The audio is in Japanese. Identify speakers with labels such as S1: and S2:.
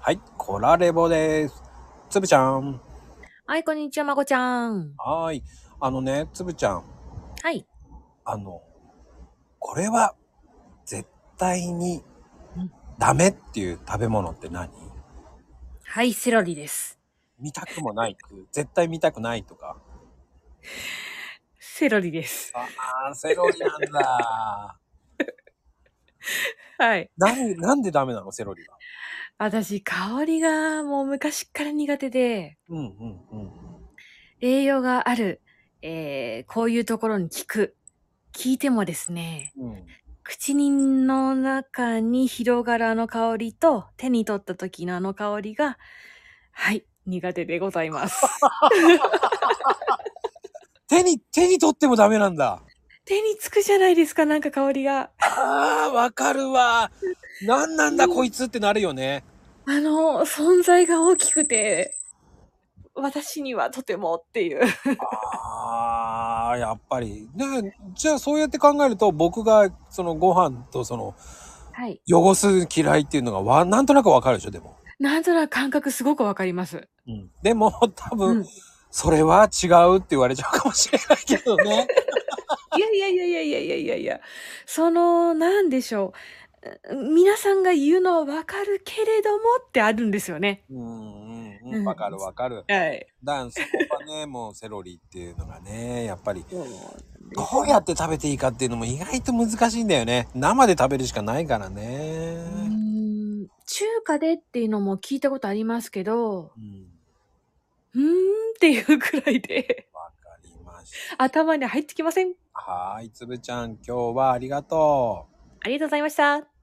S1: はい、コラレボです。つぶちゃん。
S2: はい、こんにちは、まこちゃん。
S1: はーい。あのね、つぶちゃん。
S2: はい。
S1: あの、これは絶対に
S2: うん
S1: ダメっていう食べ物って何
S2: はい、セロリです。
S1: 見たくもない。絶対見たくないとか。
S2: セロリです。
S1: あー、セロリなんだ。
S2: はい。
S1: なんなんでダメなの、セロリは。
S2: 私、香りがもう昔から苦手で、
S1: うんうんうん。
S2: 栄養がある、えー、こういうところに効く。効いてもですね、
S1: うん、
S2: 口の中に広がるあの香りと、手に取った時のあの香りが、はい、苦手でござい ます。
S1: 手に、手に取ってもダメなんだ。
S2: 手につくじゃないですか、なんか香りが。
S1: あー、わかるわ。なんなんだ、こいつってなるよね。
S2: あの、存在が大きくて、私にはとてもっていう。
S1: ああ、やっぱり。ね、じゃあそうやって考えると、僕がそのご飯とその
S2: はい。
S1: 汚す嫌いっていうのがわ、なんとなくわかるでしょ、でも。
S2: なんとなく感覚すごくわかります。
S1: うん。でも、多分、
S2: うん
S1: それは違うって言われちゃうかもしれないけどね。
S2: いやいやいやいやいやいやいやいや。その、なんでしょう。う皆さんが言うのはわかるけれどもってあるんですよね。
S1: うんうんうん。わかるわかる。
S2: はい。
S1: だんそこはね、もうセロリっていうのがね、やっぱり、ど
S2: ど
S1: うやって食べていいかっていうのも意外と難しいんだよね。生で食べるしかないからね。
S2: 中華でっていうのも聞いたことありますけど、
S1: うん。
S2: うーんっていうくらいで
S1: わかりました。
S2: 頭に入ってきません。
S1: はーい、つぶちゃん、今日はありがとう。
S2: ありがとうございました。